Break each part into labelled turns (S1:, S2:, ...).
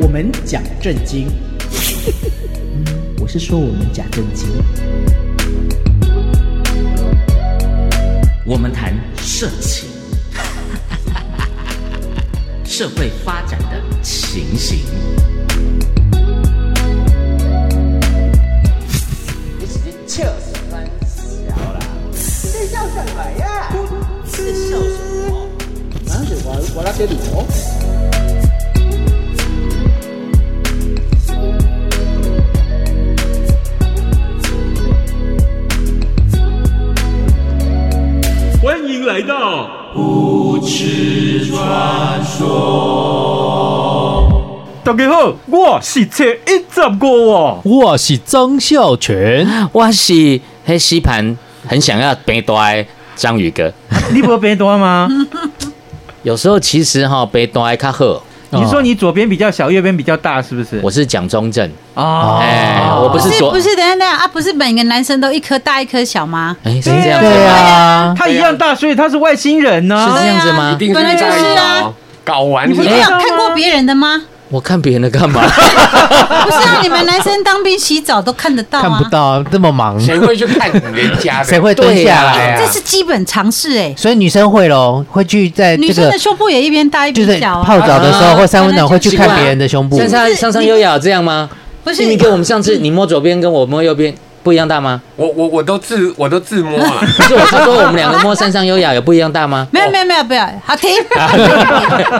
S1: 我们讲正经， 嗯我是说我们讲正经，
S2: 我们谈社情， 社会发展的情形。
S3: 欢迎来到不耻传说。大家好，我是七一十五哦。
S4: 我是张孝全，
S2: 我是黑吸盘很想要背大的章鱼哥。
S3: 你不变多 吗？
S2: 有时候其实哈背大的较好，哦
S3: 你说你左边比较小，右边比较大，是不是？
S2: 我是蒋中正，
S3: 啊，
S2: 哎、我不
S5: 不
S2: 是
S5: 是
S2: 说
S5: 不是，等一下等一下啊，不是每个男生都一颗大一颗小吗？
S2: 哎、是这样子吗
S4: 对啊，
S3: 他一样大，所以他是外星人呢、
S2: 是这样子吗？
S6: 定
S5: 本来就是啊，
S6: 搞完
S5: 你没
S6: 你
S5: 有看过别人的吗？
S2: 我看别人的干嘛？
S5: 不是啊，你们男生当兵洗澡都看得到
S4: 看
S5: 啊
S4: 不，到这么忙，
S6: 谁会去看人家的？
S4: 谁会蹲下
S6: 对
S4: 来？
S6: 啊
S5: 这是基本常识哎。
S4: 所以女生会咯，会去在
S5: 女
S4: 这
S5: 生
S4: 个
S5: 的胸部也一边大一
S4: 就是
S5: 边小
S4: 泡
S5: 啊，
S4: 澡的时
S2: 啊
S4: 候或三温暖
S5: 本来
S4: 会
S5: 就
S4: 去
S5: 是
S4: 看
S5: 啊
S4: 别人的胸部
S2: 上，上上上优雅这样吗？
S5: 不是
S2: 你给我们上次你摸左边跟我摸右边不一样大吗？
S6: 我我我都自我都自摸啊了，
S2: 不是，我是说我们两个摸山上优雅有不一样大吗？
S5: 没有没有没有没有，好 停！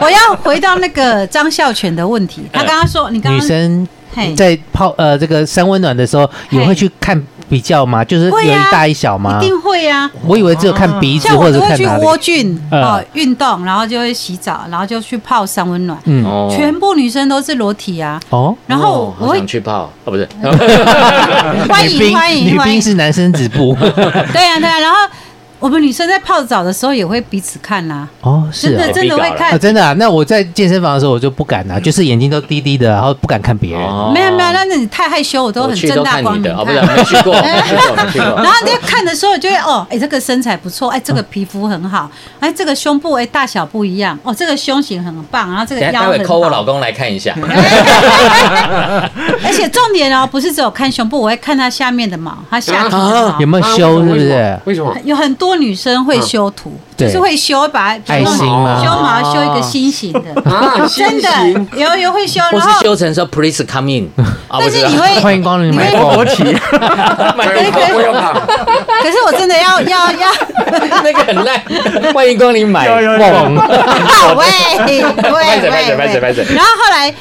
S5: 我要回到那个张孝全的问题，他刚刚说你刚
S4: 嗯女
S5: 刚
S4: 生
S5: 嘿
S4: 在泡呃这个三温暖的时候也会去看比较嘛，就是有
S5: 会
S4: 一
S5: 啊
S4: 大一小嘛
S5: 一。定会啊，
S4: 我以为只有看鼻子
S5: 像我
S4: 或者
S5: 都会
S4: 看
S5: 去
S4: 哪
S5: 窝
S4: 里，
S5: 菌
S4: 嗯
S5: 哦，运动，然后就会洗澡，然后就去泡三温暖，
S4: 嗯
S2: 哦
S5: 全部女生都是裸体啊。
S4: 哦，
S5: 然后我
S2: 好
S5: 会
S2: 想去泡哦，不是，
S5: 欢
S4: 女
S5: 迎
S4: 兵
S5: 欢迎
S4: 女
S5: 欢
S4: 兵
S5: 迎，
S4: 是男生止步
S5: 对啊对啊，然后我们女生在泡澡的时候也会彼此看啦，
S4: 哦，是
S5: 真
S4: 哦
S5: 的真的会
S4: 啊，
S5: 看，
S4: 真的啊！那我在健身房的时候，我就不敢啊，就是眼睛都低低的，然后不敢看别人。
S2: 哦
S5: 没有没有，那你太害羞，我都
S2: 我
S5: 很
S2: 去
S5: 正
S2: 都
S5: 大
S2: 看
S5: 光
S2: 你
S5: 明
S2: 的哦，不
S5: 看
S2: 是，没去过，没去过，没去过。嗯
S5: 然后你就看的时候，就会哦，哎、这个身材不错，哎、这个皮肤很好，哎、这个胸部哎、大小不一样，哦，这个胸型很棒，然后这个
S2: 等一下
S5: 腰
S2: 待会
S5: 很
S2: 扣我老
S5: 好。
S2: 公来看一下，
S5: 而且重点哦，不是只有看胸部，我会看她下面的毛，她下体的
S2: 啊
S5: 毛。
S4: 有没有修？是不是？
S6: 为 什么？为什么
S5: 有很多女生
S2: 嗯
S5: 会修图，
S4: 对
S5: 就是会修，把它
S4: 爱心吗
S5: 修
S2: 哦
S5: 毛修一个心形 的，
S6: 啊，
S5: 真
S6: 心
S5: 的有有会修，
S2: 或
S5: 然
S2: 是
S5: 后
S2: 修成说 Please come in，啊，
S5: 但
S2: 不
S5: 是
S2: 啊
S5: 你会
S4: 欢迎光临
S5: 你
S4: 买
S5: 会
S4: 购。
S6: 对哎我有跑，
S5: 可是我真的要要要，
S2: 那个很 烂，欢迎光临买。
S4: 梦，
S5: 喂
S2: 拍
S5: 喂
S2: 手拍手拍手
S5: 喂
S2: 拍手
S5: 喂，然后后来。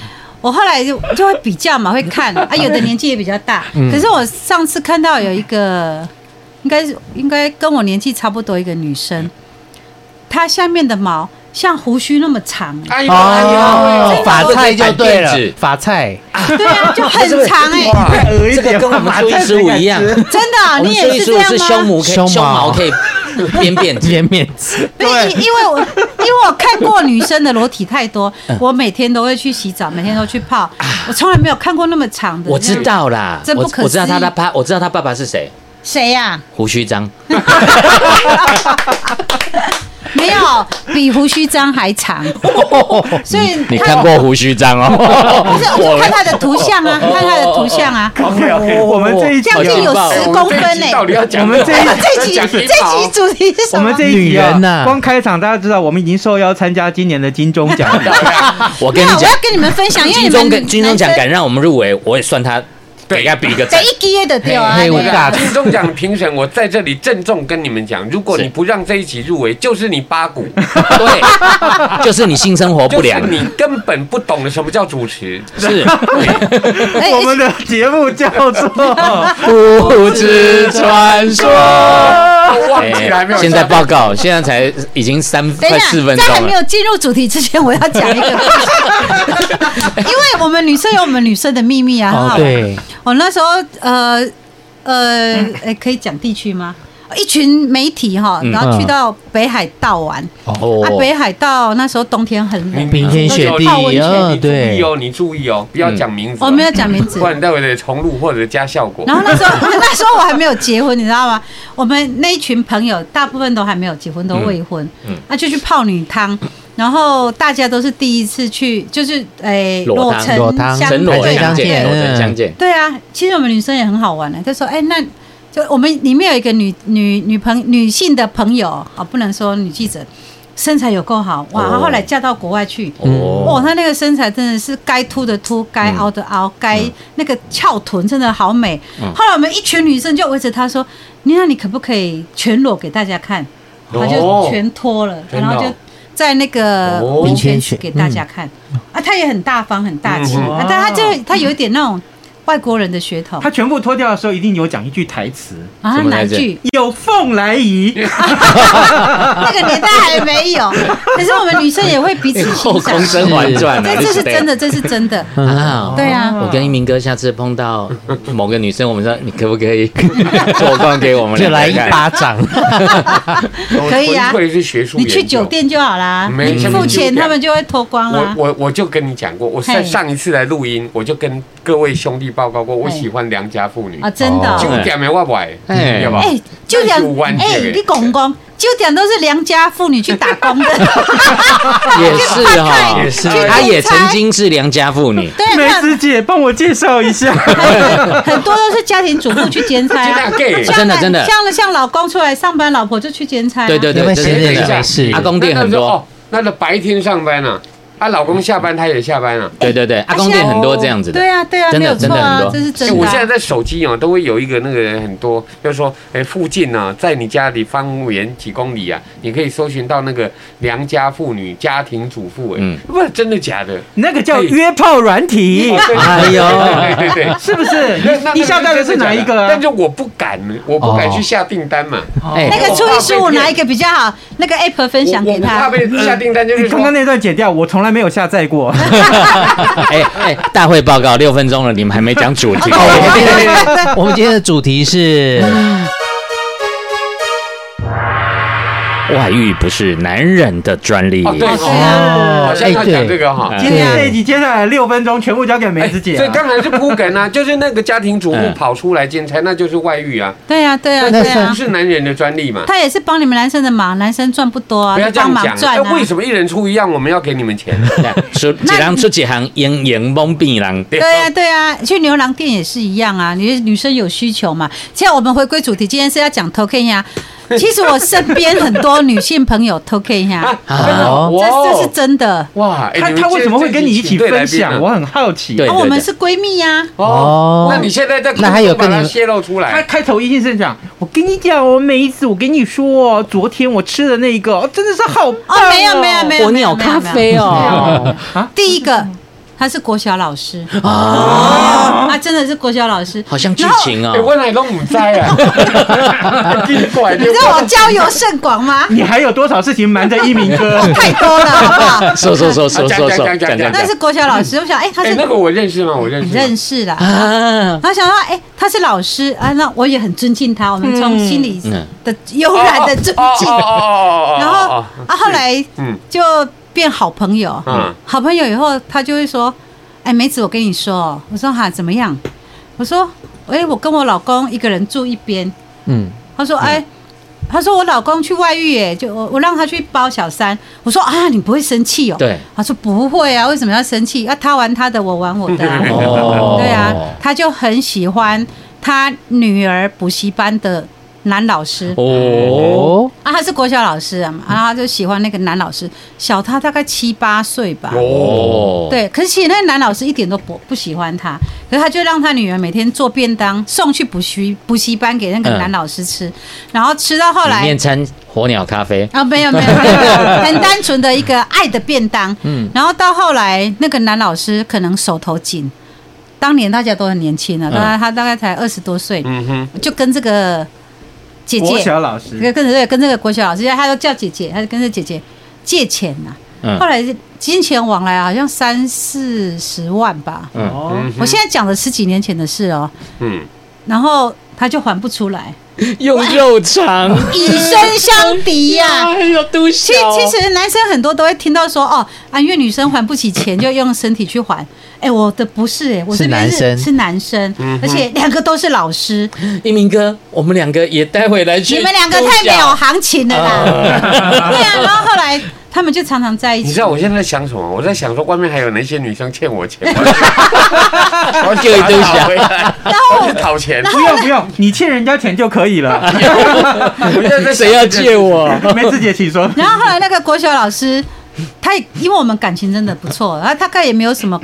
S5: 我后来就就会比较嘛，会看 啊，有的年纪也比较大。
S2: 嗯
S5: 可是我上次看到有一个，应该是应该跟我年纪差不多一个女生，她下面的毛像胡须那么长，
S6: 哎
S2: 哦
S6: 呦哎呦
S4: 哦，法菜就对
S2: 这个
S4: 了，法菜
S5: 对啊，就很 长哎、
S6: 哇，
S2: 这个跟我们初一十五 一样，
S5: 真的啊、
S2: 我们
S5: 你
S2: 初
S5: 也
S2: 一
S5: 是
S2: 十
S5: 这
S2: 五
S5: 样
S2: 是
S5: 吗？
S2: 胸模可以
S4: 胸毛
S2: 胸毛可以编辫 子，
S4: 面面子，
S5: 因为因为我因为我看过女生的裸体 太多，
S2: 嗯
S5: 我每天都会去洗澡，每天都去泡，我从来没有看过那么长 的。
S2: 啊我知道啦，
S5: 真
S2: 我
S5: 不可
S2: 我知道他
S5: 思
S2: 他
S5: 议
S2: 爸，我知道他爸爸是谁，
S5: 谁啊呀、
S2: 胡须 章，
S5: 没有，比胡须章还长。所以
S2: 你看过？胡须章
S5: 不
S2: 哦？
S5: 是，我就看他的图像啊，看他的图像啊，
S3: OK OK，我们这一 集
S5: 将
S2: 好
S5: 近有
S2: 劲爆哦
S5: 十
S6: 我
S5: 公
S6: 们
S5: 分
S6: 这一
S5: 呢
S6: 集。到底要讲
S3: 我们这一
S5: 这集
S6: 讲
S5: 这
S6: 黑
S5: 集
S6: 袍
S5: 主题是什
S3: 我
S5: 么
S3: 们？这一集啊
S4: 女人呐
S3: 光开场大家知道，我们已经受邀参加今年的金钟奖。
S2: 我
S5: 没
S2: 跟
S5: 有，
S2: 你
S5: 我
S2: 讲
S5: 要，跟你们分享，因为
S2: 金
S5: 你
S2: 钟
S5: 们
S2: 跟金钟奖
S5: 男生
S2: 敢让我们入围，我也算他给他比一个赞
S5: 得。一滴的掉啊。
S4: 嘿我
S5: 对啊
S4: 尬
S6: 金钟奖评审，我在这里郑重跟你们讲，如果你不让这一集入围，就是你八股，
S2: 对，就是你性生活不
S6: 就是
S2: 良，
S6: 你根本不懂得什么叫主持。
S2: 是
S5: 哎
S3: 我们的节目叫做
S2: 不知传说。
S6: 我忘记了还没有。
S2: 哎现在报告，现在才已经三
S5: 等一
S2: 快
S5: 下，
S2: 四分
S5: 在还
S2: 钟
S5: 没
S2: 了。
S5: 有进入主题之前，我要讲一个故事，因为我们女生有我们女生的秘密啊。很
S4: 哦
S5: 好玩
S4: 对，
S2: 嗯
S5: 我那时候呃呃，诶可以讲地区吗？一群媒体哈，然后去到北海道玩。
S2: 哦
S5: 啊，北海道那时候冬天很
S6: 你
S5: 冷，
S4: 冰天雪地
S6: 泡温泉
S4: 哦
S6: 你注
S4: 对
S6: 意哦，你注意哦，不要讲名字哦，
S5: 我嗯没有 讲名字
S6: 不。然待会得重录或者加效果。
S5: 然后那时候那时候我还没有结婚，你知道吗？我们那一群朋友大部分都还没有结婚，都未婚，
S2: 嗯嗯
S5: 那就去泡女汤。然后大家都是第一次去，就是诶，
S2: 裸
S5: 裸
S2: 汤
S5: 城
S4: 裸汤
S5: 相
S2: 神
S4: 裸
S2: 罗
S5: 对
S2: 相见，
S4: 对
S2: 罗真相见，
S5: 对啊，其实我们女生也很好玩的、就说哎、那就我们里面有一个女女女朋女性的朋友啊、不能说女记者，身材有够好哇，
S2: 哦
S5: 她后来嫁到国外去。
S4: 嗯
S5: 哦，
S2: 哦，
S5: 她那个身材真的是该凸的凸，该凹的凹，该那个翘臀真的好美。后来我们一群女生就围着她说：“你看你可不可以全裸给大家看？”她就
S6: 哦
S5: 全脱了，
S6: 真
S5: 然
S6: 的哦
S5: 后就在那个
S6: 哦
S5: 温泉区给大家看。啊，她也很大方，很大气，
S6: 嗯
S5: 啊但她就她有一点那种外国人的血统。
S3: 他全部脱掉的时候，一定有讲一句台词
S5: 啊，
S2: 什么
S5: 哪一
S2: 来着
S5: 句？：“
S3: 有凤来仪。
S5: 那个年代还没有，可是我们女生也会彼此
S2: 后
S5: 欣赏
S2: 空。甄嬛传啊，
S5: 这
S2: 你
S5: 这是
S2: 得
S5: 真的，这是真的。
S4: 嗯
S2: 啊。
S5: 对啊，
S2: 我跟一鸣哥下次碰到某个女生，我们说你可不可 以做饭给我们
S4: 就
S2: 两个
S4: 来
S2: 看？
S4: 一巴掌，
S6: 我
S5: 可以啊
S6: 纯粹是学术
S5: 你
S6: 研究。
S5: 去酒店就好啦，
S6: 没
S5: 你付钱他们就会脱光
S6: 我
S5: 啦。
S6: 我我就跟你讲过，我上
S5: 嘿
S6: 上一次来录音，我就跟各位兄弟报告过，我
S5: 嘿
S6: 喜欢良家妇女
S5: 啊，，真的
S6: 就
S5: 哦。
S2: 哦
S6: 点没我不爱，
S2: 嘿
S6: 要不？
S5: 哎，就两
S6: 那是弯
S5: 哎
S6: 的，
S5: 你公公就点都是良家妇女去打 工的，
S2: 也是哈，
S6: 也是
S2: 她也曾经是良家妇女，
S5: 对，
S3: 梅
S5: 那
S3: 子姐，帮我介绍一下。
S5: 很很多都是家庭主妇去兼差啊，
S6: 真的 gay
S5: 像
S2: 真的真的
S5: 像像老公出来上班，老婆就去兼差啊，
S2: 对对
S4: 有没
S2: 对，
S4: 有
S2: 对
S4: 闲
S6: 哎
S2: 对
S4: 着也
S2: 对
S4: 没事
S2: 阿啊公店很
S6: 那那时候
S2: 多，
S6: 哦，那个白天上班啊，她老公下班她也下班啊。
S2: 对对对，阿
S5: 啊
S2: 公店
S5: 现在
S2: 很多这样子的
S5: 对，啊对啊，
S2: 真
S5: 没
S2: 的
S5: 有错
S2: 真的很
S5: 啊
S2: 多，
S5: 这是真
S6: 哎，
S5: 的啊。
S6: 我现在在手机哦，都会有一个那个很多，就是说，哎，附近啊，在你家里方圆几公里啊，你可以搜寻到那个良家妇女、家庭主妇，哎
S2: 嗯，
S6: 不是真的假的？
S3: 那个叫约炮软体
S6: 哦，对
S4: 哎呦
S6: 对对对对，
S3: 是不是
S6: 那那？
S3: 你你想到的是哪一个啊
S6: 但？是我不敢，我不敢去下订单嘛。
S2: 哎
S5: 那个初一十五哪一个比较好？那个 app 分享
S6: 我
S5: 给
S6: 我怕
S5: 他。
S6: 被下订单，就是
S3: 你
S6: 说
S3: 刚刚那段剪掉，我从来没有下载过。
S2: 哎哎，大会报告六分钟了，你们还没讲主题，
S4: 我们今天的主题是
S2: 外遇不是男人的专利，
S6: 哦，对
S5: 哦
S6: 哦，好像要讲这个哈。
S3: 今天这一集接下来六分钟全部交给梅子姐
S6: 所以
S3: 啊。
S6: 刚才是铺梗啊，就是那个家庭主妇
S2: 嗯
S6: 跑出来兼差，那就是外遇啊，
S5: 对呀、对呀、
S4: 那
S5: 对呀、
S6: 不是男人的专利嘛。
S5: 他也是帮你们男生的忙，男生赚不多啊，
S6: 不要
S5: 就
S6: 这
S5: 帮
S6: 样
S5: 忙
S6: 讲，
S5: 赚
S6: 哎
S5: 啊。
S6: 为什么一人出一样？我们要给你们钱？
S2: 出一人出一行，阴阳蒙蔽人，
S5: 对呀、对呀、去牛郎店也是一样啊，你女生有需求嘛。现在我们回归主题，今天是要讲偷 K 呀。其实我身边很多女性朋友偷 K
S2: 啊
S5: 呀，
S4: 啊好
S5: 这
S2: 哦
S5: 这是真的。
S6: 哇！哎
S3: 她
S6: 你们
S3: 她为什么会跟你一起分
S6: 这一集请对
S3: 享？
S6: 来宾
S3: 我
S6: 啊
S3: 很好奇。
S2: 对
S5: 啊，我们是闺蜜啊呀、
S6: 哦
S4: 哦，
S6: 那你现在在
S4: 那还有跟你
S6: 把它泄露出
S3: 他
S6: 来，
S3: 开头一定是讲，我跟你讲哦，梅子，我跟你说哦，昨天我吃的那个、哦、真的是好棒、
S5: 哦，没有没有没有，
S2: 啊我
S5: 没
S2: 鸟
S5: 有
S2: 咖。啡哦，
S5: 第一个，她是国小老师
S2: 啊
S5: 啊，她真的是国小老师，
S2: 好像剧情
S6: 哎，
S2: 哦，
S6: 我哪都不在啊， 奇怪，你
S5: 你知道我交友甚 广吗？
S3: 你还有多少事情瞒着一鸣哥？
S5: 太多了，好不好？
S2: 说说说说说说，讲讲
S5: 那
S2: 讲
S5: 是国小老师，我想，哎、他
S6: 哎
S5: 是，
S6: 那个我认识吗？我认识
S5: 你
S6: 吗，
S5: 认识啦。
S2: 啊，
S5: 然后想到，哎、他是老师啊，那我也很尊敬他，我们从心里
S2: 嗯
S5: 的悠然的尊敬，
S6: 哦哦哦哦哦哦哦哦
S5: 然后啊，后来
S6: 嗯
S5: 就变好朋友。
S6: 嗯
S5: 好朋友以后，他就会说，哎、梅子，我跟你说哦，我说哈，怎么样？我说，哎、我跟我老公一个人住一边。
S4: 嗯，
S5: 他说，哎、他说我老公去外遇，哎，就我我让他去包小三。我说啊，你不会生气哦？
S2: 对，
S5: 他说不会啊，为什么要生气？啊，他玩他的，我玩我的、 啊。
S2: 哦
S5: 对啊，他就很喜欢他女儿补习班的男老师。
S2: 哦，
S4: 哦，
S5: 啊，他是国小老师啊，然后他就喜欢那个男老师，小他大概七八岁吧。
S2: 哦，，
S5: 对，可是其实那个男老师一点都不不喜欢他，可是他就让他女儿每天做便当送去补习补习班给那个
S2: 嗯
S5: 男老师吃，然后吃到后
S2: 里
S5: 来
S2: 面掺火鸟咖啡，
S5: 啊，没有没有没有，很单纯的一个爱的便当。嗯
S4: 嗯，
S5: 然后到后来，那个男老师可能手头紧，当年大家都很年轻啊，
S2: 嗯
S5: 当然他大概才二十多岁，
S6: 嗯哼，
S5: 就跟这个姐
S3: 国
S5: 姐，
S3: 小老
S5: 跟
S3: 师，
S5: 跟对跟这个国小老师，他都叫姐姐，他就跟着姐姐借钱呐、
S2: 嗯
S5: 后来金钱往来啊好像三四十万吧，
S2: 嗯
S3: 哦，
S5: 我现在讲的十几年前的事哦。
S6: 嗯，
S5: 然后他就还不出来，
S2: 用肉偿。
S5: 以身相逼呀、
S2: 哎呦，都
S5: 其
S2: 小。
S5: 其实男生很多都会听到说哦，啊，因为女生还不起钱，就用身体去还。哎、我的不是哎、我
S4: 是
S5: 这边
S4: 男生
S5: 是男生，而且两个都是老师，
S2: 一鸣哥，我们两个也待会来去。
S5: 你们两个太没有行情了啦。 对啊，然后后来他们就常常在一
S6: 你
S5: 起
S6: 知。道我现在在想什么？我在想说，外面还有哪些女生欠我钱，我
S2: 有丢
S6: 要
S2: 丢
S6: 去讨
S2: 下
S6: 回。来，我去讨钱。
S3: 不用不用，你欠人家钱就可以了。
S2: 谁要借我？
S3: 梅子姐，请说。
S5: 然后后来那个国小老师，他也因为我们感情真的不错，然后大概也没有什么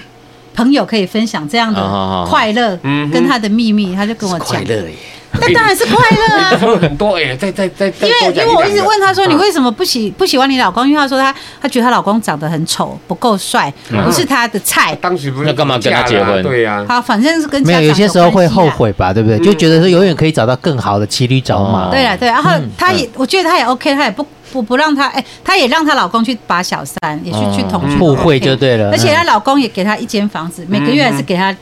S5: 朋友可以分享这样
S2: 啊啊
S5: 的
S2: 啊
S5: 快乐
S6: 嗯哼
S5: 跟他的秘密，他就跟我
S2: 快
S5: 讲，
S2: 乐耶！
S5: 那当然是快乐啊。
S6: 他们很多哎，再再再再
S5: 因为
S6: 多
S5: 因
S6: 讲
S5: 为我
S6: 两
S5: 一直
S6: 个
S5: 问她说你为什么不喜不喜欢你老公？因为她说她她觉得她老公长得很丑，不够帅，不是她的菜。
S6: 啊当时不是
S2: 那干嘛跟他
S6: 嫁了啊
S2: 结婚
S6: 对呀，
S5: 好，反正是跟
S4: 没有，
S5: 家长
S4: 有些时候会
S5: 关系啦
S4: 后。悔吧，对不对？就觉得说永远可以找到更好的骑驴找马
S2: 哦。
S5: 对了对啦，然后她也我觉得她也 OK，她也不不不让她哎，她也让她老公去把小三，也去
S2: 哦
S5: 去同居
S4: 互惠就对了
S5: 而且她老公也给她一间房子，每个月还是给她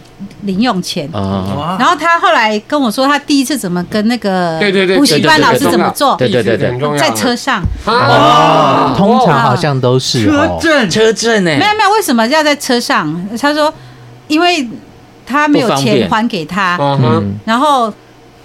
S5: 零用钱。
S2: 啊，
S3: 哇
S5: 然后她后来跟我说，她第一次怎么跟那个
S6: 对对对，
S5: 补习班老师怎么做，
S2: 对对对对哦
S6: 很重要
S5: 在车上。
S6: 啊，
S4: 通常好像都是
S3: 车
S4: 哦，
S3: 震，
S2: 车震欸呢？
S5: 没有没有，为什么要在车上？他说，因为他没有
S2: 不方便哦
S5: 钱还给他，
S6: 嗯哼，
S4: 嗯，
S5: 然后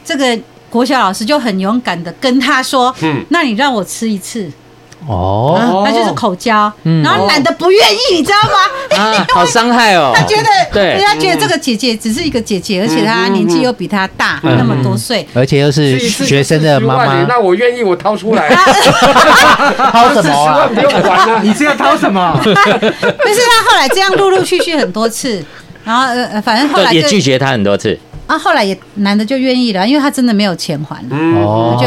S5: 这个国小老师就很勇敢的跟他说：“
S6: 嗯
S5: 那你让我吃一次。啊
S4: 哦，
S5: 他就是口交，
S4: 嗯
S5: 然后懒得不愿意，你知道吗？
S2: 啊，好伤害哦。
S5: 他觉得，
S2: 对嗯
S5: 他觉得这个姐姐只是一个姐姐，而且她年纪又比他大
S6: 嗯
S5: 那么多岁，
S4: 而且又是
S6: 是一次
S4: 学生的妈
S6: 40万耶
S4: 妈，
S6: 那我愿意，我掏出来，
S2: 嗯
S5: 啊
S4: 掏什么
S6: 40
S4: 啊
S6: 万？不用还了。
S3: 你是要掏什么？
S5: 但是他后来这样陆陆续续很多次，然后呃，呃反正后来
S2: 对，也
S5: 就
S2: 拒绝他很多次。
S5: 啊，后来也男的就愿意了，因为他真的没有钱还了。
S6: 嗯，
S4: 哦
S5: 就，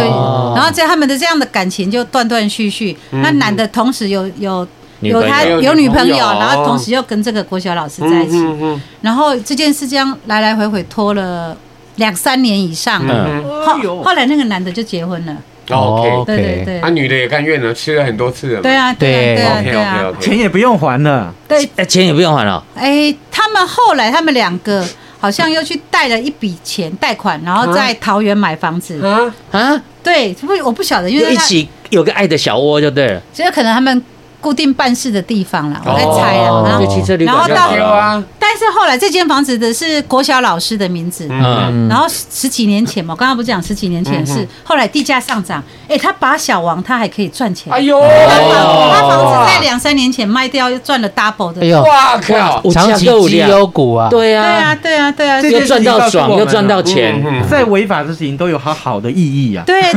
S5: 然后在他们的这样的感情就断断续续。那男的同时有有
S2: 女朋
S5: 有
S2: 友
S5: 他
S6: 有
S5: 有
S6: 女
S5: 女
S6: 朋
S5: 朋友，
S6: 友
S5: 然后同时又跟这个国小老师在一起，
S6: 嗯嗯
S5: 然后这件事这样来来回回拖了两三年以上。
S2: 嗯哦
S6: 嗯
S5: 后
S3: 哎呦
S5: 后来那个男的就结婚了，
S6: 嗯，OK，
S5: 对
S4: OK
S5: 对对
S6: 啊，女的也甘愿了，吃了很多次了嘛，
S5: 对啊对啊对啊
S6: ，OK OK
S5: 对啊，
S3: 钱
S6: OK，
S3: 也不用还了。
S5: 对，
S2: 哎，钱也不用还了。
S5: 哎，他们后来他们两个好像又去贷了一笔钱贷款，然后在桃园买房子。
S6: 啊，
S2: 啊，
S5: 对，不我不晓得，因
S2: 就
S5: 为
S2: 一
S5: 他
S2: 起有个爱的小窝就对了。
S5: 只有可能他们固定办事的地方啦，我在猜啊。然
S4: 哦
S5: 后
S2: 就汽车旅馆就好
S5: 然后
S6: 有
S5: 到
S2: 了。
S6: 啊，
S5: 但是后来这间房子的是国小老师的名字，
S2: 嗯，
S5: 然后十几年前嘛，我刚刚不是讲十几年前是、后来地价上涨，哎，他把小王他还可以赚钱，
S6: 哎呦，
S5: 他房他房子在
S6: 哇
S5: 两三年前卖掉又赚了 double 的，
S4: 哎呦，
S6: 靠，
S2: 有
S4: 长
S2: 价
S4: 期
S2: 有
S4: 绩
S2: 量
S4: 优股啊，
S2: 对
S5: 对
S2: 啊，
S5: 啊对啊对啊，
S3: 这
S5: 对
S2: 又赚到爽，又赚到钱。
S6: 嗯嗯
S3: 再违法的事情都有它好的 意义啊。
S5: 对对，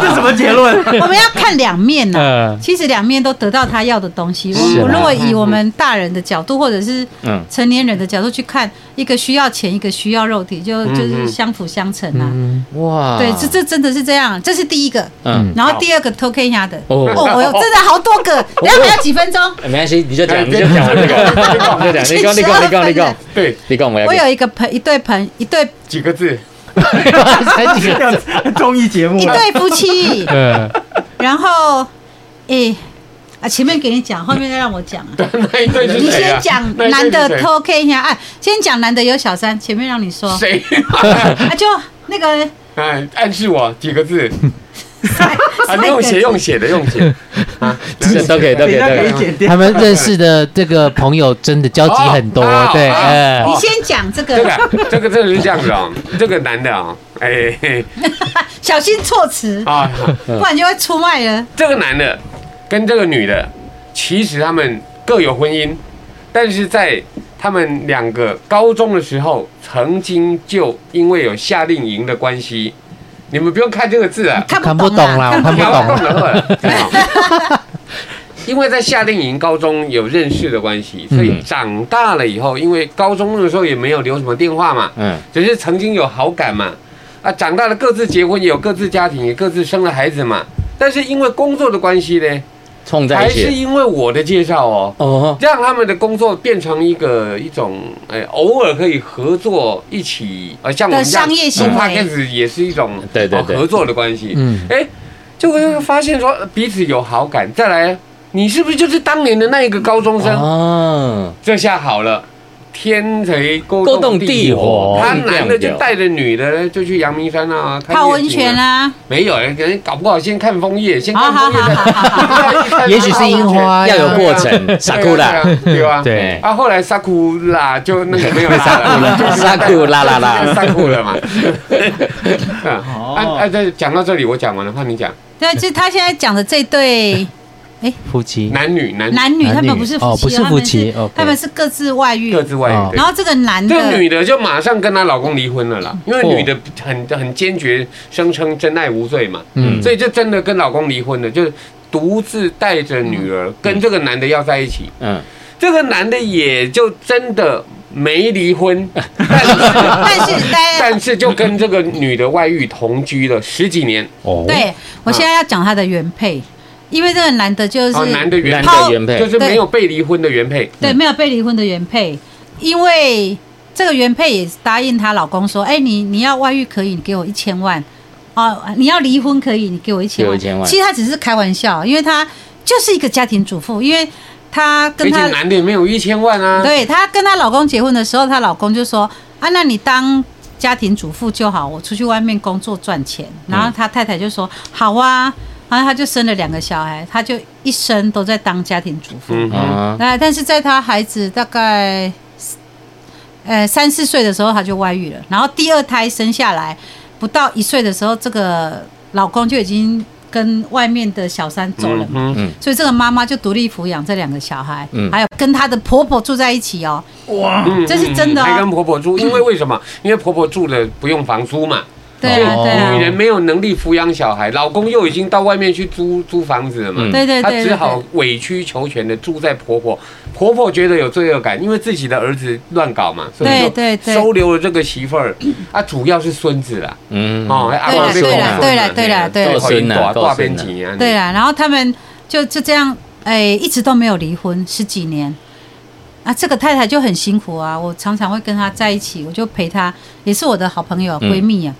S3: 这什么结论？
S5: 我们要看两面呢、
S4: 嗯
S5: 其实两面都得到他要的东西。
S4: 是
S5: 我我
S4: 啦
S5: 如果以我们大人的角度，或者是
S2: 嗯
S5: 成年人的角度去看，一个需要钱，一个需要肉体，就就是相辅相成啊。
S2: 哇，
S5: 对，这这真的是这样，啊这是第一个。
S2: 啊嗯，
S5: 然后第二个偷 K 下的，
S2: 哦
S5: 哦，我有真的好多个，等下还有几分钟。
S2: 没关系，你就讲，
S6: 哎
S2: 你就讲，你就讲，你就讲，你讲，你讲，你讲，你讲，
S6: 对，
S2: 你讲，我要
S5: 我
S2: 讲。
S5: 有一个朋一对朋一对
S6: 几个字，
S4: 才几个，，
S3: 综艺节目啊
S5: 一对夫妻
S4: 嗯
S5: 然后诶啊，前面给你讲，后面再让我讲啊。
S6: 那一对是
S5: 你
S6: 谁啊
S5: 先讲
S6: 那一对
S5: 男
S6: 是
S5: 的
S6: 谁
S5: 偷 K 下，哎，先讲男的有小三，前面让你说
S6: 谁？
S5: 啊，就那个
S6: 哎，暗示我几个字
S5: 塞
S6: 啊，用写用写的 用写啊，
S2: 是都可以，都可
S3: 等一
S2: 以，都
S3: 下
S2: 可
S3: 可
S2: 以
S3: 以。剪掉。
S4: 他们认识的这个朋友真的交集很多
S6: 哦，
S4: 对，
S6: 哦
S4: 哎
S5: 你，先讲这
S6: 这个
S5: 个，
S6: 啊这个这个是这样子哦，这个男的啊，哎嘿
S5: 小心措辞，
S6: 啊，
S5: 不然就会出卖了。
S6: 这个男的跟这个女的，其实他们各有婚姻，但是在他们两个高中的时候，曾经就因为有夏令营的关系，你们不用看这个字啊，
S5: 看
S4: 看
S5: 不
S4: 不
S5: 懂
S4: 懂啦，我看不
S6: 不要
S4: 懂
S6: 动。了，真的 因为在夏令营高中有认识的关系，所以
S2: 嗯
S6: 长大了以后，因为高中的时候也没有留什么电话嘛，
S2: 嗯，
S6: 只是曾经有好感嘛，啊，长大了各自结婚，也有各自家庭，也各自生了孩子嘛。但是因为工作的关系呢，
S2: 冲在
S6: 还
S2: 一
S6: 是
S2: 起。
S6: 因为我的介绍哦，
S2: 哦，
S6: 让他们的工作变成一个一种，哎，偶尔可以合作一起，呃，像我们
S5: 的商业行为
S6: 开始也是一种
S2: 对对
S6: 哦
S2: 对
S6: 合作的关系。
S4: 嗯，
S6: 哎，就会发现说呃彼此有好感。
S2: 啊
S6: 再来，你是不是就是当年的那一个高中生？
S2: 哦，
S6: 这下好了，天雷勾
S2: 勾动地火
S6: 他男的就带着女的呢，就去阳明山啊，看
S5: 泡
S6: 夜
S5: 温
S6: 景
S5: 泉。啊，
S6: 没有，哎可能搞不好先看枫叶，先
S5: 好
S6: 看
S5: 好
S6: 枫叶
S5: 好好好好。
S6: 再，
S4: 也许是樱花呀
S2: 要有过程，
S6: 对
S2: 傻
S6: 啊
S2: 酷啦，，
S6: 对啊对啊，
S4: 对
S6: 啊，后来沙库啦，就那个没有 沙
S2: 傻酷啦，傻酷啦啦 啦，
S6: 沙库了 嘛。啊
S4: 哦
S6: 啊！这讲到这里，我讲完了，换你讲。
S5: 对，就是他现在讲的这 对
S4: 夫妻
S6: 男女，男女
S5: 男女，
S4: 男
S5: 他
S4: 女
S5: 们不是夫
S4: 哦不
S5: 妻，
S4: 是
S5: 他
S4: 夫
S5: 们
S4: 妻
S5: 是
S4: ，OK
S5: 他们是各自外遇
S6: 各，自外
S4: 哦
S6: 遇。对
S5: 然后这个男
S6: 这个
S5: 的
S6: 女的就马上跟她老公离婚了啦，因为
S4: 哦
S6: 女的很很坚决声称真爱无罪嘛，
S4: 嗯
S6: 所以就真的跟老公离婚了，就是独自带着女儿
S4: 嗯
S6: 跟这个男的要在一起。
S2: 嗯，
S6: 这个男的也就真的没 离婚，但是
S5: 但是但
S6: 但是就跟这个女的外遇同居了十几年。
S4: 哦，
S5: 对我现在要讲他的原配，因为这个男的就是
S6: 哦，男的原
S2: 男
S6: 配
S2: 的原配
S6: 就，是没有被离婚的原配，
S5: 对没有被离婚的原配，因为这个原配也答应她老公说，哎，你你要外遇可以，你给我一千万。哦，你要离婚可以，你给我一千万。
S2: 给我1000万
S5: 其实她只是开玩笑，因为她就是一个家庭主妇，因为她
S6: 而
S5: 跟
S6: 且
S5: 她
S6: 男的也没有一千万啊。
S5: 对她跟她老公结婚的时候，她老公就说：“啊，那你当家庭主妇就好，我出去外面工作赚钱。”然后她太太就说：“好啊。”然后她就生了两个小孩，她就一生都在当家庭主妇。
S6: 嗯哼，
S2: 啊，
S5: 那、但是在她孩子大概呃三四岁的时候，她就外遇了。然后第二胎生下来不到一岁的时候，这个老公就已经跟外面的小三走了嘛。
S6: 嗯哼
S5: 所以这个妈妈就独立抚养这两个小孩，
S2: 嗯
S5: 还有跟她的婆婆住在一起哦。
S6: 嗯
S5: 这是真的哦
S6: 还跟婆婆住，因为为什么？因为婆婆住的不用房租嘛。
S5: 对啊，
S4: 哦
S5: 对啊
S6: 女，人没有能力抚养小孩，老公又已经到外面去租租房子了嘛，
S2: 嗯
S5: 对对
S6: 她
S5: 对，
S6: 只
S5: 对
S6: 好委曲求全的住在婆婆。婆婆觉得有罪恶感，因为自己的儿子乱搞嘛，所以
S5: 对
S6: 就
S5: 对对
S6: 收留了这个媳妇儿。啊，主要是孙子啦，
S2: 嗯，
S6: 哦，阿
S5: 对啦
S6: 公被
S5: 对
S6: 供
S5: 啦
S6: 养
S5: 对啦对啦对啦
S2: 够孙啦够
S6: 大
S2: 孙
S6: 变
S2: 啦
S6: 几啊，
S5: 对啦。然后他们就就这样，哎，一直都没有离婚十几年。啊，这个太太就很辛苦啊，我常常会跟她在一起，我就陪她，也是我的好朋友
S2: 嗯
S5: 闺蜜啊，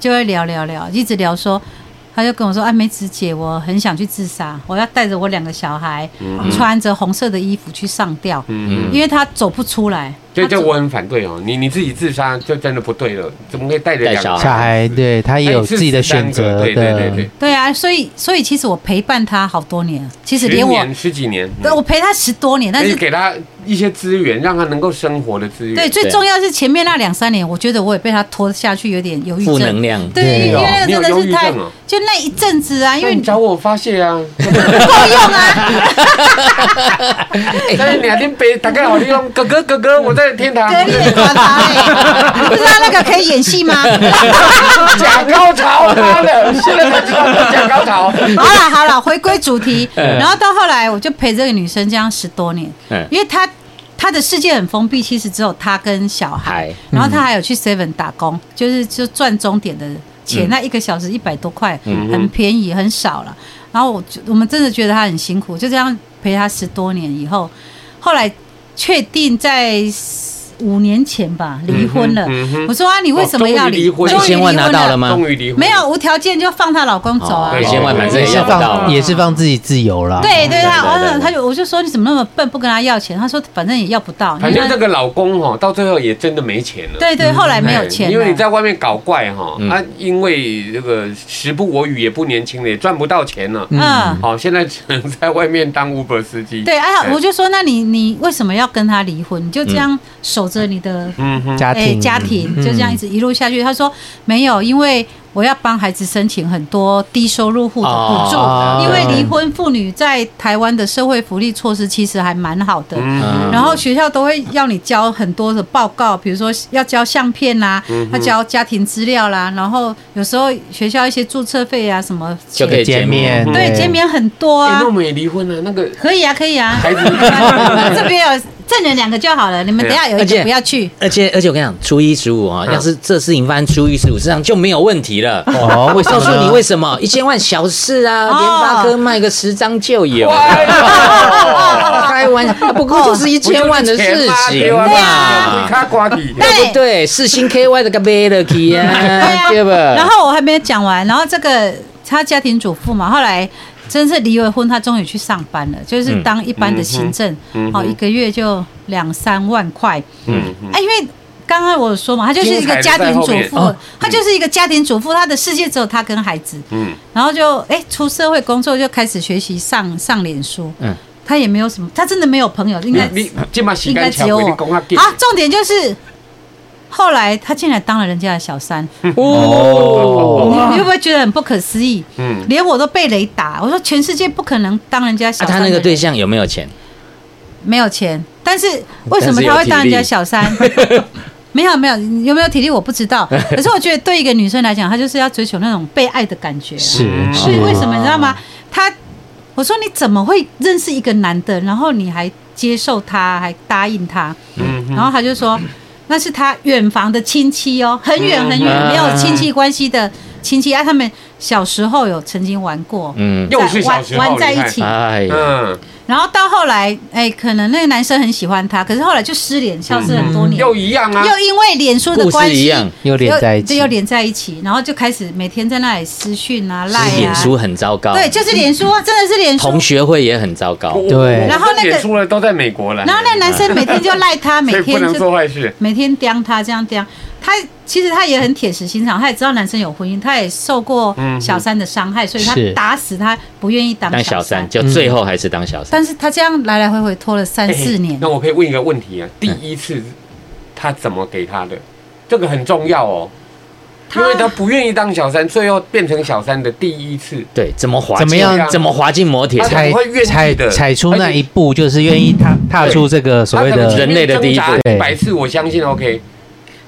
S5: 就会聊聊聊，一直聊说。她就跟我说：“啊，梅子姐，我很想去自杀，我要带着我两个小孩，穿着红色的衣服去上吊，
S6: 嗯
S5: 因为她走不出来。
S6: 这
S5: 她
S6: 这
S5: 走
S6: 我很反对哦，你你自己自杀就真的不对了，怎么可以带着
S2: 带
S6: 两
S2: 小
S6: 个
S4: 小孩对他也有自己的选择
S6: 对对对
S4: 的，
S6: 对，
S5: 对啊，所以所以其实我陪伴他好多年，其实连
S6: 十
S5: 我，
S6: 年十几年，嗯
S5: 对我陪他十多年，但
S6: 而且
S5: 是
S6: 给他一些资源，让他能够生活的资源。
S5: 对最重要是前面那两三年，我觉得我也被他拖下去，有点忧郁
S2: 负能
S5: 症。
S2: 量，
S5: 对，
S4: 对
S5: 因为那个真的
S6: 你
S5: 是
S6: 有忧郁
S5: 太
S6: 症哦
S5: 就那一阵子啊，因
S6: 那
S5: 为
S6: 你找我发泄啊！
S5: 够用啊，
S6: 但是两天北大概好利用哥哥哥哥，我在天堂
S5: 隔壁的抓他哎，你 不知道那个可以演戏吗？
S6: 假高潮，妈的，现在才知道是假高潮。
S5: 好了好了，回归主题。
S2: 哎
S5: 然后到后来，我就陪这个女生这样十多年
S2: 嗯，
S5: 因为她她的世界很封闭，其实只有她跟小孩
S2: 嗨，
S6: 嗯
S5: 然后她还有去 Seven 打工，就是就赚钟点的
S6: 嗯
S5: 钱，那一个小时一百多块，很便宜，很少了。然后我就我们真的觉得她很辛苦，就这样陪她十多年以后，后来确定在。五年前吧，离婚了。
S6: 嗯哼嗯哼
S5: 我说啊，你为什么要离？
S6: 哦终于离婚
S5: 终于
S2: 一千万拿
S5: 离婚
S2: 到了吗？
S6: 终于离婚，
S5: 没有无条件就放她老公走
S2: 哦，
S5: 啊
S6: 对
S2: 一千万反正
S4: 也
S2: 也
S4: 是
S2: 要不到
S4: 放，也是放自己自由啦。
S5: 对对，他
S2: 对对
S5: 哦
S2: 对，
S5: 他就我就说你怎么那么笨，不跟他要钱？他说反正也要不到，
S6: 反
S5: 因为
S6: 正这个老公哦，到最后也真的没钱了。
S5: 对对，后来
S6: 哎，
S5: 没有钱了，
S6: 因为你在外面搞怪哈，
S2: 嗯
S6: 啊，因为这个时不我与，也不年轻了，也赚不到钱了。
S5: 嗯，
S6: 好，现在只能在外面当 Uber 司机。
S5: 对啊，
S6: 哎
S5: 我就说那你你为什么要跟他离婚？你就这样守着你的
S6: 嗯哼，
S4: 家
S5: 哎
S4: 庭
S5: 家庭，就这样一
S4: 嗯
S5: 直一路下去。他说没有，因为我要帮孩子申请很多低收入户的补助，
S4: 哦
S5: 因为离婚妇女在台湾的社会福利措施其实还蛮好的，
S2: 嗯
S5: 然后学校都会要你交很多的报告，比如说要交相片啦、要交家庭资料啦，然后有时候学校一些注册费啊什么
S2: 就可以
S4: 减
S2: 减
S4: 免
S2: 免，
S5: 对减免很多
S6: 哎
S5: 啊
S6: 那，我们也离婚了，那个
S5: 可以啊，可以啊。
S6: 孩 子
S5: 这边有证人两个就好了，你们等一
S6: 哎
S5: 下有一
S2: 而且
S5: 个不要去。
S2: 而且而且我跟你讲，初一十五啊，
S4: 嗯
S2: 要是这事情发生初一十五身上就没有问题了。
S4: 哦，为什
S2: 告
S4: 么
S2: 诉
S4: 呢
S2: 你为什么一千万小事啊，
S5: 哦
S2: 联发科卖个十张就有。 开玩笑，啊不过
S4: 哦
S2: 就是一千万的事情嘛，
S6: 卡瓜底。
S2: 对不对？四星 KY 的个 v e l k y
S5: 对啊
S2: 啊，对吧？
S5: 然后我还没讲完，然后这个她家庭主妇嘛，后来真是离了婚，他终于去上班了，就是当一般的行政，
S6: 嗯
S5: 哦，
S6: 哼
S5: 一个月就两三万块。
S6: 嗯嗯
S5: 哎，因为刚刚我有说嘛，他就是一个家庭主
S6: 精彩的在哦
S5: 妇
S4: 后面，
S5: 他就是一个家庭主妇，他的世界只有他跟孩子。
S6: 嗯，
S5: 然后就哎、出社会工作就开始学习上上脸书，
S4: 嗯
S5: 嗯，他也没有什么，他真的没有朋友，应
S6: 你
S5: 该
S6: 你这么时
S5: 应该
S6: 间
S5: 只
S6: 巧
S5: 有
S6: 你
S5: 我
S6: 讲啊紧，
S5: 啊。重点就是后来他竟然当了人家的小三，
S2: 哦，
S5: 你你会不会觉得很不可思议？
S6: 嗯，
S5: 连我都被雷打，我说全世界不可能当人家小
S2: 那
S5: 三、
S2: 啊他那个对象有没有钱？
S5: 没有钱，但是为什么他会当人家小三？没有没有，有没有体力我不知道。可是我觉得对一个女生来讲，她就是要追求那种被爱的感觉啊。
S4: 是
S2: 嗯
S5: 所以
S4: 是，
S5: 为什么你知道吗？他，我说你怎么会认识一个男的，然后你还接受他，还答应他？
S6: 嗯
S5: 然后他就说那是他远房的亲戚哦，很远很远，
S2: 嗯
S5: 没有亲戚关系的亲戚啊。他们小时候有曾经玩过，
S2: 嗯，
S6: 又是小时候
S5: 玩
S6: 你
S5: 玩在一
S6: 看
S5: 起
S2: 哎呀，
S6: 嗯，
S5: 然后到后来，哎，可能那个男生很喜欢她，可是后来就失联，消失很多年。
S6: 又一样啊，
S5: 又因为脸书的
S2: 嗯故
S5: 关
S2: 事一
S5: 系，
S2: 样，
S4: 又连在一起，
S5: 又又连在一起，然后就开始每天在那里私讯啊、赖
S2: 是脸
S5: 啊，
S2: 书很糟糕，
S5: 对，就是脸书啊，真的是脸书。
S2: 同学会也很糟糕
S6: 我。
S4: 对
S6: 我
S5: 然后那个
S6: 我演出了都在美国
S2: 啊
S6: 了，
S5: 然后那男生每天就赖他，每
S6: 所以不
S5: 天
S6: 能做
S5: 就
S6: 坏事，
S5: 每天刁他这样刁。他其实他也很铁石心肠，他也知道男生有婚姻，他也受过
S6: 嗯
S5: 小三的伤害，所以他
S4: 是
S5: 打死他不愿意当
S2: 当
S5: 小
S2: 小
S5: 三
S2: 三，。就最后还是当小三。
S5: 但是他这样来来回回拖了三四
S6: 哎
S5: 年
S6: 那，我可以问一个问题啊，第一次他怎么给他的？这个很重要哦，因
S5: 他
S6: 为他不愿意当小三，最后变成小三的第一次，
S2: 对，怎么滑？
S4: 怎么样
S2: 怎么滑进摩铁？
S6: 他
S4: 踩
S6: 会愿意
S4: 踩
S6: 的
S4: 踩出那
S6: 而且
S4: 一步，就是愿意踏踏出这个所谓
S6: 他可能
S4: 的
S2: 人类的第一步
S6: 挣扎一百次我相信 OK。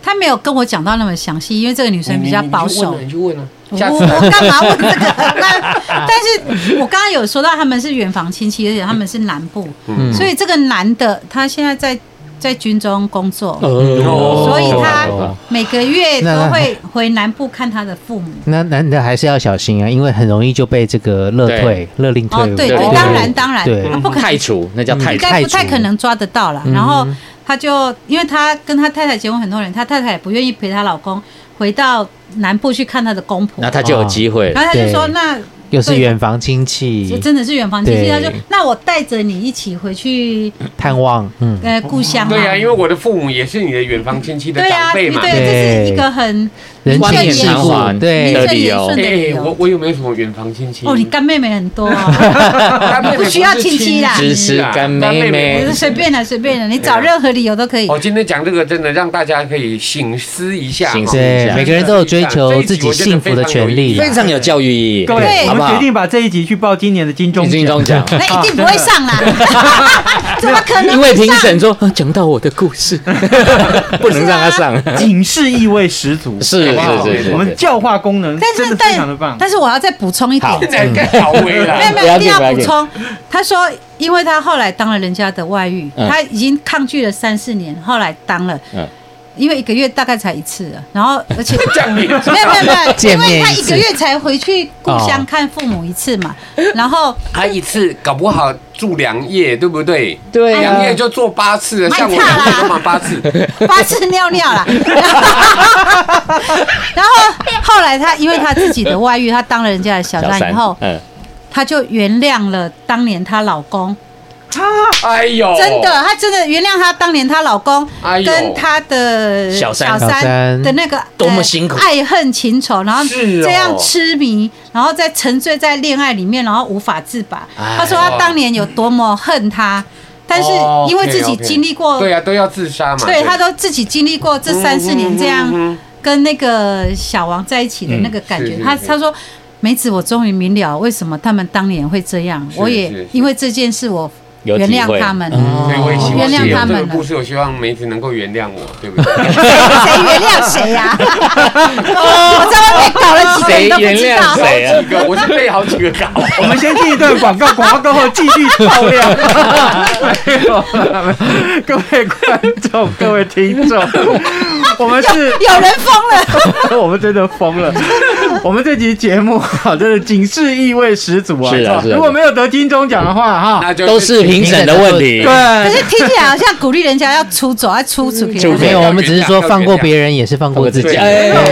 S5: 他没有跟我讲到那么详细，因为这个女生比较保守。
S6: 你去问啊，你去问
S5: 我我
S6: 啊，下次
S5: 干嘛问这 个？那但是我刚刚有说到他们是远房亲戚，而且他们是南部，
S4: 嗯
S5: 所以这个男的他现在在在军中工作，
S4: 哦
S5: 所以他每个月都会回南部看他的父母。
S4: 那男的还是要小心啊，因为很容易就被这个勒退、勒令退伍。
S5: 哦，对
S2: 对
S5: 当然当然，
S4: 对
S5: 他不可
S2: 太除，那叫太
S5: 应
S2: 除。
S5: 该不
S4: 太
S5: 太
S4: 主
S5: 可能抓得到啦。
S4: 嗯
S5: 然后他就因为他跟他太太结婚很多年，他太太也不愿意陪她老公回到南部去看他的公婆
S2: 那，他就有机会了
S5: 然。后他就说
S4: 对
S5: 那。
S4: 又是远房亲戚
S5: 这真的是远房亲戚，
S4: 对
S5: 他就那我带着你一起回去
S4: 探望，嗯，
S5: 呃故乡
S6: 对啊，因
S5: 为
S6: 为我的父母也是你的远房亲戚的
S5: 对啊，
S6: 长辈
S5: 对，
S6: 嘛。
S5: 这是一个很
S4: 人
S5: 冠
S4: 情
S5: 冕
S4: 世
S5: 堂
S4: 故，
S2: 皇
S5: 名
S4: 对，
S2: 的
S5: 正
S2: 理
S5: 言
S2: 由
S5: 顺的理
S6: 哎，我
S5: 由。
S6: 我有没有什么远房亲戚？
S5: 哦，你干妹妹很多哦，
S6: 干妹妹
S5: 不需要
S6: 是
S5: 亲戚啦
S2: 支持干妹妹
S5: 我是随便的随便的，你找任何理由都可以。
S6: 哦，今天讲这个真的让大家可以醒思一下。
S2: 醒思
S4: 对，
S2: 是
S4: 每个人都有追求自己幸福的权利。
S2: 非常有教育意义，
S3: 各位，
S5: 对
S3: 我
S2: 好不
S3: 们决
S2: 好？
S3: 定把这一集去报今年的金钟
S2: 金
S3: 奖。
S2: 钟奖，
S5: 那一定不会 上啦，怎么可能？
S2: 因为评审说啊讲到我的故事，不能让他上。
S3: 警示意味十足，
S2: 是
S3: 好不好
S6: 是是是是
S3: 啊我们教化功能
S5: 但
S3: 真
S5: 是
S3: 的非常的棒
S5: 但。但是我要再补充一点
S2: 好，
S6: 现在该好威了
S5: 没。有没
S2: 不
S5: 有，
S2: 要
S5: 一
S2: 紧
S5: 定要补充。他说，因为他后来当了人家的外遇，
S2: 嗯
S5: 他已经抗拒了三四年，后来当了，
S2: 嗯
S5: 因为一个月大概才一次了，然后而 且
S6: 这样
S5: 没
S6: 你
S5: 有没有没有，
S4: 见
S5: 因
S4: 面
S5: 为他
S4: 一
S5: 一
S4: 次
S5: 个月才回去故乡
S4: 哦
S5: 看父母一次 嘛，然后
S6: 他一次搞不好住两夜，对不对？
S2: 对啊
S6: 两夜就做八次了，
S5: 哎
S6: 像我
S5: 差啦
S6: 妈妈八次。
S5: 八次尿尿啦。 然后后来他因为他自己的外遇，他当了人家的小
S2: 小
S5: 三
S2: 三
S5: 以后，
S2: 嗯，
S5: 他就原谅了当年她老公。
S6: 哎呦，
S5: 真的，，她真的原谅她当年她老公
S6: 哎呦
S5: 跟她的
S2: 小三
S5: 小
S4: 小三
S5: 三的那个
S2: 多么
S5: 呃
S2: 辛苦
S5: 爱恨情仇，然后
S6: 是哦
S5: 这样痴迷，然后再沉醉在恋爱里面，然后无法自拔。
S2: 哎
S5: 她说她当年有多么恨他，但是
S6: 哦
S5: 因为自己
S6: OK，OK
S5: 经历过，
S6: 对啊，都要自杀嘛。
S5: 对她都自己经历过这三四年这
S6: 嗯嗯嗯
S5: 样
S6: 嗯
S5: 跟那个小王在一起的那个感觉
S6: 嗯是，
S5: 她
S6: 是
S5: 她说。梅子，我终于明了为什么他们当年会这样。
S6: 是
S5: 我
S6: 是
S5: 也
S6: 是嗯
S5: 因为这件事，我
S2: 有体
S5: 原谅
S2: 会嗯
S5: 他们了。哦
S6: 所以我也希望
S5: 原谅
S6: 借由
S5: 他们
S6: 这个
S5: 了
S6: 故事，我希望梅子能够原谅我，对不对？
S5: 谁哎原谅谁 呀、我在外面搞了几个
S2: 谁
S5: 人都
S2: 原
S5: 不知
S2: 谅
S5: 道。
S2: 谁啊？
S6: 一个我是被好几个搞。
S3: 我们先进一段广告，广告过后继续爆料。没有啦，没有各位观众，各位听众，我们是
S5: 有人疯了，
S3: 我们真的疯了。我们这集节目啊，真的警示意味十足啊！
S2: 是啊是啊
S3: 如果没有得金钟奖的话，哈，
S6: 那就
S2: 都是评审的问题。
S5: 可
S3: 对，
S5: 是听起来好像鼓励人家要出走，要出出去，
S2: 出
S4: 没有，我们只是说放过别人也是放过自
S2: 自
S4: 己
S2: 己，。
S6: 哎
S2: 哎，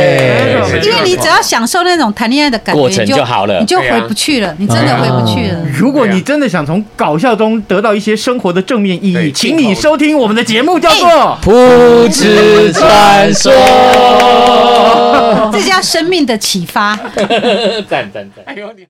S6: 对
S5: 因为你只要享受那种谈恋爱的感觉，
S2: 过程
S5: 你就
S2: 就好了啊
S5: 你就回不去了，你真的回不去了。
S3: 如果你真的想从搞笑中得到一些生活的正面意义，
S6: 对
S3: 请你收听我们的节目，叫做
S2: 不知传说，嗯
S5: 这叫生命的启发。
S2: 赞赞赞。
S6: 哎呦你